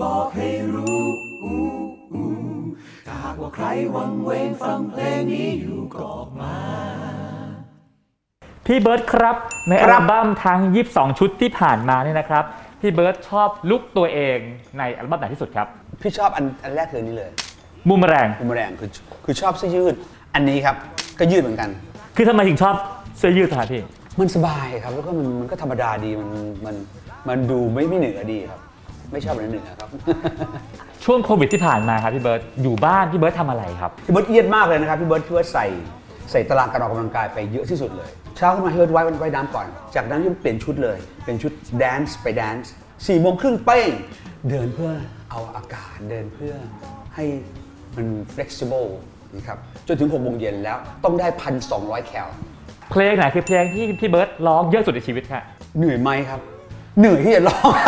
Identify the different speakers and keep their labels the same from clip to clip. Speaker 1: บอกให้รู้อู้อู้ถ้าหากว่าใครวังเวงฟังเพลงนี้อยู่ก็ออกมา
Speaker 2: พี่เบิร์ตครับใน
Speaker 3: ค
Speaker 2: อั
Speaker 3: รั
Speaker 2: ล
Speaker 3: บ
Speaker 2: บั้มทั้ง 22 ชุดที่ผ่านมาเนี่ยนะครับพี่เบิร์ตชอบลุกตัวเองในอัลบั้มไหนที่สุดครับ
Speaker 3: พี่ชอบอันอันแรกเลยนี่เลย
Speaker 2: มุมแรง
Speaker 3: บูมแรงคือคือชอบเสื้อยืด อันนี้ครับก็ยืดเหมือนกัน
Speaker 2: คือทำไมถึงชอบเสื้อยืดทหารพี่
Speaker 3: มันสบายครับแล้วก็มันมันก็ธรรมดาดีมันมันมันดูไม่ไม่เหนือดีครับ ไม่ชอบอะไรเหนือครับ
Speaker 2: ช่วงโควิดที่ผ่านมาครับพี่เบิร์ตอยู่บ้านพี่เบิร์ตทำอะไรครับ
Speaker 3: พี่เบิร์ตเอียดมากเลยนะครับพี่เบิร์ตพี่เบิร์ตใส่ใส่ตารางการออกกำลังกายไปเยอะที่สุดเลย เช้าขึ้นมาพี่เบิร์ตว่ายว่ายน้ำก่อน จากนั้นพี่เปลี่ยนชุดเลยเป็นชุดแดนซ์ไปแดนซ์สี่โมงครึ่งเป้งเดินเพื่อเอาอากาศเดินเพื่อให้มัน flexible นะครับจนถึงหกโมงเย็นแล้วต้องได้ 1,200 แคล
Speaker 2: เพลงไหนคือเพลงที่พี่เบิร์ตร้องเยอะสุดในชีวิตค่ะ
Speaker 3: เหนื่อยไหมครับ เหนื่อยที่จะร้อง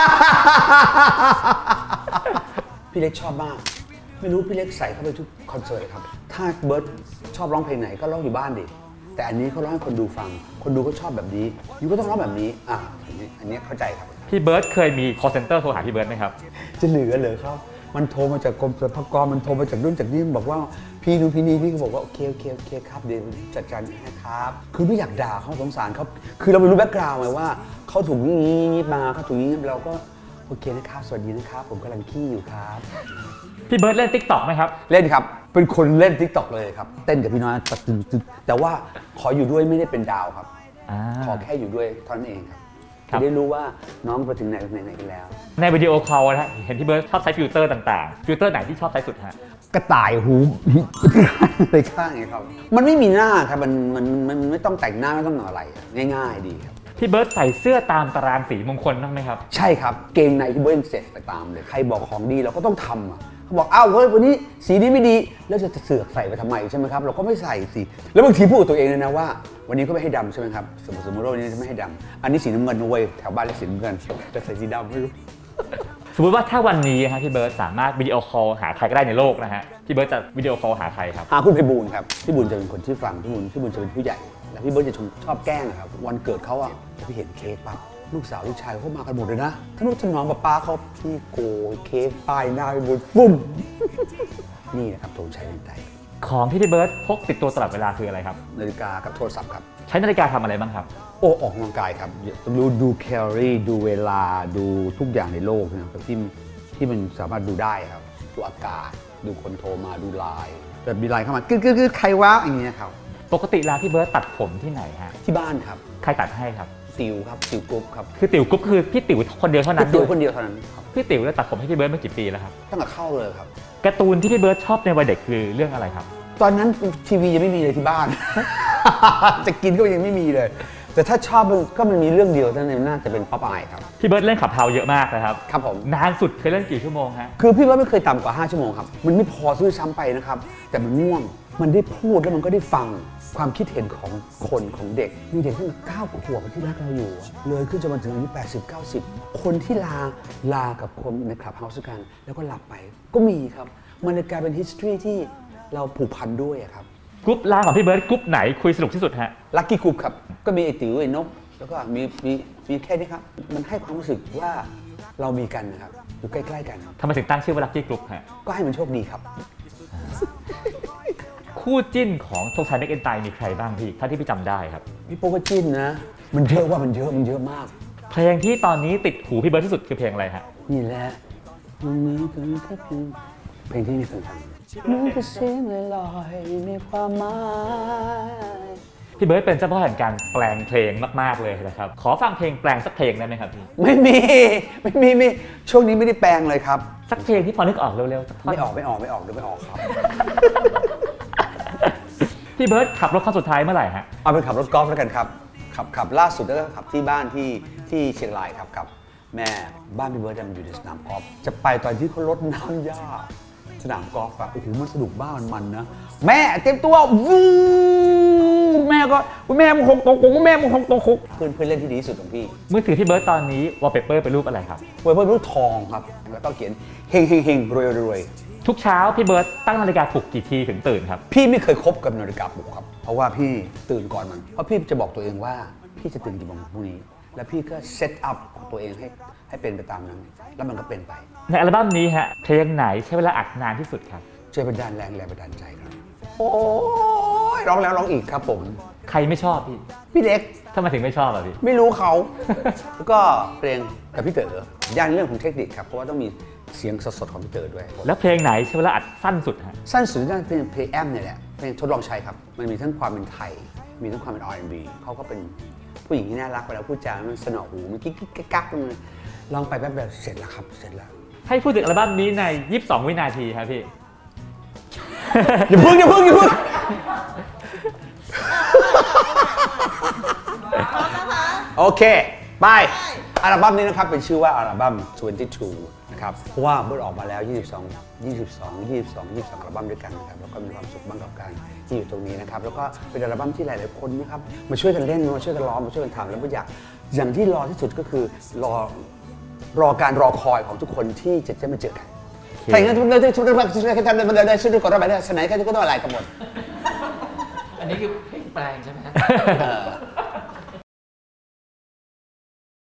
Speaker 3: พี่เล็กชอบมาก ไม่รู้พี่เล็กใส่เข้าไปทุกคอนเสิร์ตครับ ถ้าเบิร์ตชอบร้องเพลงไหนก็ร้องอยู่บ้านดิ แต่อันนี้เขาร้องให้คนดูฟัง คนดูก็ชอบแบบนี้ยูก็ต้องร้องแบบนี้ อ่ะอันนี้อันนี้เข้าใจครับ
Speaker 2: พี่เบิร์ตเคยมี call center โทรหาพี่เบิร์ตไหมครับ
Speaker 3: จะเหลือเหรอครับมันโทรมาจากกรมสรรพากรมันโทรมาจากนู่นจากนี่บอกว่าพี่นู้นพี่นี่พี่ก็บอกว่าโอเคโอเคโอเคครับเดี๋ยวจัดการให้ครับ คือไม่อยากด่าเขาสงสารเขาคือเราไม่รู้แบ็กกราวด์ไงว่าเขาถูกอย่างนี้อย่างนี้มาเขาถูกอย่างนี้เราก็โอเคนะครับสวัสดีนะครับ ผมกำลังขี้อยู่ครับ
Speaker 2: พี่เบิร์ตเล่น TikTok ไหมครับ
Speaker 3: เล่นครับเป็นคนเล่นทิกตอกเลยครับเต้นกับพี่น้อยตัดตึ๊ดตึ๊ดแต่ว่าขออยู่ด้วยไม่ได้เป็นดาวครับ
Speaker 2: อ่า
Speaker 3: ขอแค่อยู่ด้วยเท่านั้นเองครับ
Speaker 2: ครั
Speaker 3: จะ
Speaker 2: บ
Speaker 3: ได้รู้ว่าน้องไปถึงไหนไหนไหนกันแล้ว
Speaker 2: ในวิดีโอคอลนะฮะเห็นพี่เบิร์ตชอบใช้ฟิลเตอร์ต่างๆ ฟิลเตอร์ไหนที่ชอบใช้สุดฮะ
Speaker 3: กระต่ายหู ไปข้างไงครับ มันไม่มีหน้าครับ มันมันมันมันไม่ต้องแต่งหน้าไม่ต้องอะไรอะง่าย ๆ ดีครับ
Speaker 2: พี่เบิร์ตใส่เสื้อตามตารางสีมงคลบ้างไหมครับ
Speaker 3: ใช่ครับ เกงในที่เบิ้ลเสร็จไปตามเลย ใครบอกของดีเราก็ต้องทำอะเขาบอกอ้าวเฮ้ยวันนี้สีนี้ไม่ดี แล้วจะเสือกใส่ไปทำไมใช่ไหมครับ เราก็ไม่ใส่สิ แล้วบางทีพูดกับตัวเองเลยนะว่า วันนี้ก็ไม่ให้ดำใช่ไหมครับสมมติสมมติว่าวันนี้จะไม่ให้ดำอันนี้สีน้ำเงินนะเว้ยแถวบ้านเรียกสีน้ำเงินแต่ใส่สีดำไม่รู้
Speaker 2: สมมติว่าถ้าวันนี้ฮะพี่เบิร์ตสามารถวิดีโอคอลหาใครก็ได้ในโลกนะฮะพี่เบิร์ตจะวิดีโอคอลหาใครครับ
Speaker 3: หาคุณไพบูลย์ครับพี่บุญจะเป็นคนที่ฟังพี่บุญพี่บุญจะเป็นผู้ใหญ่ แล้วพี่เบิร์ตจะชมชอบแกล้งอะครับ วันเกิดเขาอะพี่เห็นเค้กปั๊บลูกสาวลูกชายเขามากันหมดเลยนะทั้งลูกทั้งน้องป้าป้าเขาพี่โกยเค้กป้ายหน้าพี่บุญฟุ้ม นี่นะครับธงชัยเป็นใจ
Speaker 2: ของที่พี่เบิร์ตพกติดตัวตลอดเวลาคืออะไรครับ
Speaker 3: นาฬิกากับโทรศัพท์ครับ
Speaker 2: ใช้นาฬิกาทำอะไรบ้างครับ
Speaker 3: โอ้ออกกำลังกายครับดูดูแคลอรี่ดูเวลาดูทุกอย่างในโลกนะครับที่ที่มันสามารถดูได้ครับดูอากาศดูคนโทรมาดูไลน์แบบมีไลน์เข้ามากึ๊ดกึ๊ดกึ๊ดใครวะอย่างเงี้ยครับ
Speaker 2: ปกติแล้วพี่เบิร์ตตัดผมที่ไหนฮะ
Speaker 3: ที่บ้านครับ
Speaker 2: ใครตัดให้ครับ
Speaker 3: ติวครับติวกรุ๊ปครับ
Speaker 2: คือติ๋วกุ๊บคือพี่ติ๋วคนเดียวเท่า
Speaker 3: ติ
Speaker 2: นั้น
Speaker 3: ติว
Speaker 2: ด้วย
Speaker 3: คนเดียวเท่านั้นครับ
Speaker 2: พี่ติ๋วเนี่ยตัดผมให้พี่เบิร์ตมากี่ปีแล้วครับ
Speaker 3: ตั้งแต่เข้าเลยครับ
Speaker 2: การ์ตูนที่พี่เบิร์ตชอบในวัยเด็กคือเรื่องอะไรครับ
Speaker 3: ตอนนั้นทีวียังไม่มีเลยที่บ้าน จะกินก็ยังไม่มีเลย แต่ถ้าชอบมันก็มันมีเรื่องเดียวเท่านั้นเองน่าจะเป็นป๊อปอายครับ
Speaker 2: พี่เบิร์ตเล่นขับเฮาเยอะมากนะครับ
Speaker 3: ครับผม
Speaker 2: นานสุดเคยเล่นกี่ชั่วโมงฮะ
Speaker 3: คือพี่ว่าไม่เคยต่ำกว่า 5 ชั่วโมงครับ มันไม่พอซื้อซ้ำไปนะครับ แต่มันง่วง มันได้พูดแล้วมันก็ได้ฟังความคิดเห็นของคนของเด็ก มีเด็กตั้งแต่เก้าขวบที่รักเราอยู่อะเลยขึ้นจะมาถึงอายุ80 90 คนที่ลาลากับคนในคลับเฮาส์กัน แล้วก็หลับไปก็มีครับ มันเลยกลายเป็น history ที่เราผูกพันด้วยอะครับ
Speaker 2: กรุ๊ปไลน์ของพี่เบิร์ตกรุ๊ปไหนคุยสนุกที่สุดฮะ
Speaker 3: ลักกี้กรุ๊ปครับ ก็มีไอติ๋วไอ้นก แล้วก็มีมีมีแค่นี้ครับ มันให้ความรู้สึกว่าเรามีกันนะครับ อยู่ใกล้ๆกัน
Speaker 2: ทำไมถึงตั้งชื่อว่าลักกี้กรุ๊ปฮะ
Speaker 3: ก็ให้มันโชคดีครับ
Speaker 2: คู่จิ้นของธงชัยเมกเอนไตมีใครบ้างพี่เท่าที่พี่จำได้ครับ
Speaker 3: พี่โป๊กก็จิ้นนะ มันเยอะว่ามันเยอะมันเยอะมาก
Speaker 2: เพลงที่ตอนนี้ติดหูพี่เบิร์ตที่สุดคือเพลงอะไรฮะ
Speaker 3: นี่แหละวันนี้ก็มีแค่เพียงเพลงที่มีคนฟังมันก็เสียงลอยๆมีความหมาย
Speaker 2: พี่เบิร์ตเป็นเจ้าพ่อแห่งการแปลงเพลงมากๆเลยนะครับขอฟังเพลงแปลงสักเพลงได้ไหมครับพี่
Speaker 3: ไม่มี ไม่มีไม่ช่วงนี้ไม่ได้แปลงเลยครับ
Speaker 2: สักเพลงที่พอนึกออกเร็วๆสักท่อน
Speaker 3: ไม่ออกไม่ออกไม่ออกเดี๋ยวไม่ออกครับ
Speaker 2: พี่เบิร์ตขับรถครั้งสุดท้ายเมื่อไหร่ฮะ
Speaker 3: เอาไปขับรถกอล์ฟแล้วกันครับ ขับขับล่าสุดแล้วก็ขับที่บ้านที่ที่เชียงรายครับกับแม่บ้านพี่เบิร์ดมันอยู่ในสนามกอล์ฟจะไปตอนที่เขาลดน้ำหญ้าสนามกอล์ฟอะโอ้โหมันสนุกบ้ามันมันนะ แม่เต็มตัววูบแม่ก็แม่มึงคงตกคงแม่มึงคงตกคงเพื่อนเพื่อนเล่นที่ดีที่สุดของพี่
Speaker 2: มือถือพี่เบิร์ตตอนนี้วอลเปเปอร์เป็นรูปอะไรครับ
Speaker 3: เว้ยเพื่อนรู้ทองครับแล้วก็เขียนเฮงเฮงเฮงรวยรวย
Speaker 2: ทุกเช้าพี่เบิร์ตตั้งนาฬิกาปลุกกี่ทีถึงตื่นครับ
Speaker 3: พี่ไม่เคยคบกับนาฬิกาปลุกครับ เพราะว่าพี่ตื่นก่อนมัน เพราะพี่จะบอกตัวเองว่า พี่จะตื่นกี่โมงพรุ่งนี้ แล้วพี่ก็เซตอัพของตัวเองให้ ให้เป็นไปตามนั้น แล้วมันก็เป็นไป
Speaker 2: ในอัลบั้มนี้ฮะเพลงไหนใช้เวลาอัดนานที่สุดครับ
Speaker 3: ช่วยเป็นด้านแรงแรงบันดาลใจครับ โอ้ยร้องแล้วร้องอีกครับผม
Speaker 2: ใครไม่ชอบพี่
Speaker 3: พี่เด็ก
Speaker 2: ทำไมถึงไม่ชอบอ่ะพี่
Speaker 3: ไม่รู้เขา แล้วก็เพลงกับพี่เต๋อย่านเรื่องของเทคนิคครับเพราะว่าต้องมีเสียงสดๆของพี่เต๋อด้วย
Speaker 2: แล้วเพลงไหนใช้เวลาอัดสั้นสุดฮะ
Speaker 3: สั้นสุดน่าจะเป็นเพลงแอมเนี่ยแหละเพลงทดลองใช้ครับ มันมีทั้งความเป็นไทย มีทั้งความเป็น R&B เขาก็เป็นผู้หญิงที่น่ารักเวลาพูดจามันสนอหูมันกิ๊กกิ๊กกักกักมันลองไปแป๊บเดียวเสร็จแล้วครับเสร็จแล้ว
Speaker 2: ให้พูดถึงอัลบั้มนี้ใน 22 วินาทีครับพี่
Speaker 3: อย่าพึ่งอย่าพึ่งอย่าพึ่งโอเคไปอัลบั้มนี้นะครับเป็นชื่อว่าอัลบั้ม 22 นะครับเพราะว่าเบิร์ดออกมาแล้ว 22 22 22 22อัลบั้มด้วยกันนะครับแล้วก็มีความสุขบ้างกับการที่อยู่ตรงนี้นะครับแล้วก็เป็นอัลบั้มที่หลายๆคนนะครับมาช่วยกันเล่นมาช่วยกันร้องมาช่วยกันทำแล้วก็อยากอย่างที่รอที่สุดก็คือรอรอการรอคอยของทุกคนที่จะได้มาเจอกันถ้าอย่างนั้นทุกเรื่องที่ทุกเรื่องที่ทุกเรื่องที่ทำได้ได้ช่วยกันระบายได้สนายกันก็ต้องอะไรกันหมด
Speaker 4: อันนี้คือเพลงแปลงใช่ไหมฮะ
Speaker 3: เออ